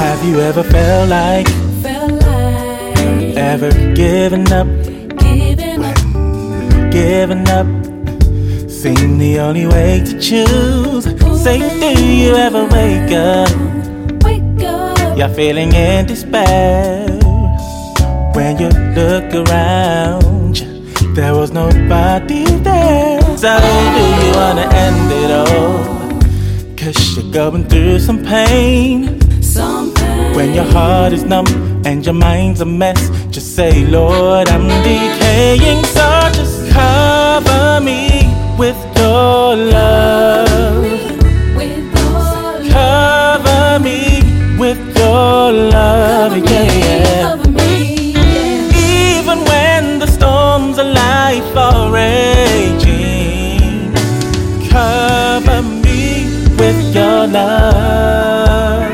Have you ever felt like Felt like ever giving up, giving up, giving up? Seemed the only way to choose. Say, do you ever wake up? wake up. You're feeling in despair. When you look around, there was nobody there. So, do you wanna end it all? Cause you're going through some pain. Something When your heart is numb and your mind's a mess, just say, Lord, I'm decaying, so just cover me with your love. with all Cover me with your love, yeah, yeah. over me. Yeah. Even when the storms of life are raging, cover me with your love.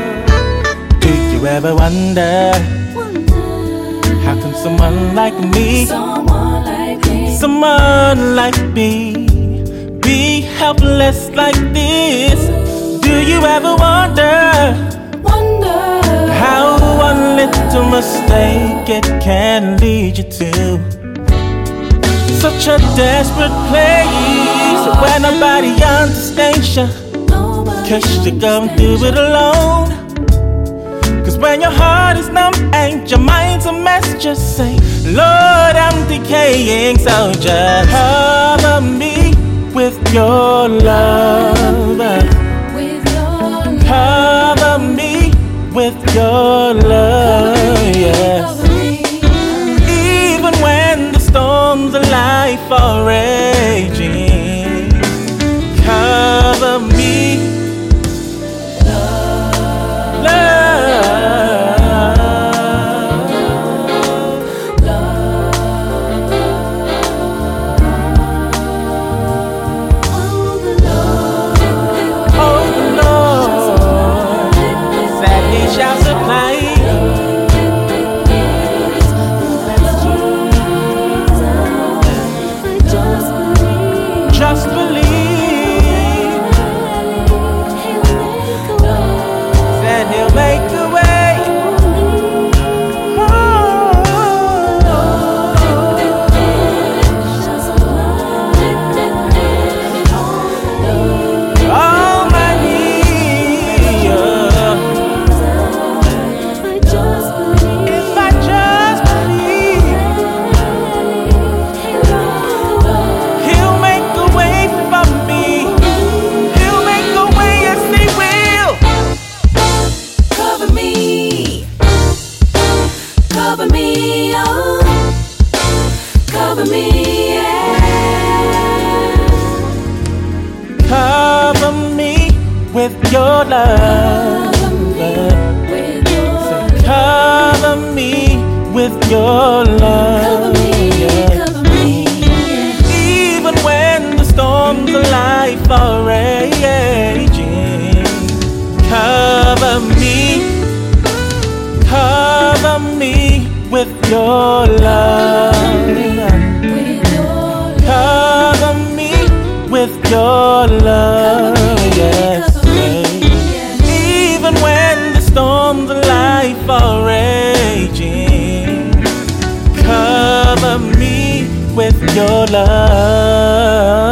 Do you ever wonder? Wonder How can someone like me, someone like me someone like me, be helpless like this? Do you ever wonder wonder how one little mistake it can lead you to such a desperate place where nobody understands you? nobody Cause you're going understands through it alone. Cause when your heart is numb and your mind's a mess, just say, Lord, I'm decaying, so just cover me with your love. with your Cover me with your love, yes. over me. Even when the storms of life are raging, cover me Love, love. love, Oh Lord, that He shall supply I just believe just believe that He'll make the way. Oh, Almighty, oh, if I just believe, He'll make a way for me. He'll make a way, yes He will. Cover me, cover me, oh, cover me, yeah. Cover me with Your love. Cover me with your Cover me with your Cover love. me, yeah. cover me, yeah. Even when the storms of life are raging, cover me, cover me with your love. With your Cover me with your love. Oh, Yes. Cover me, yeah. Even when the storms of life are raging, cover me with your love.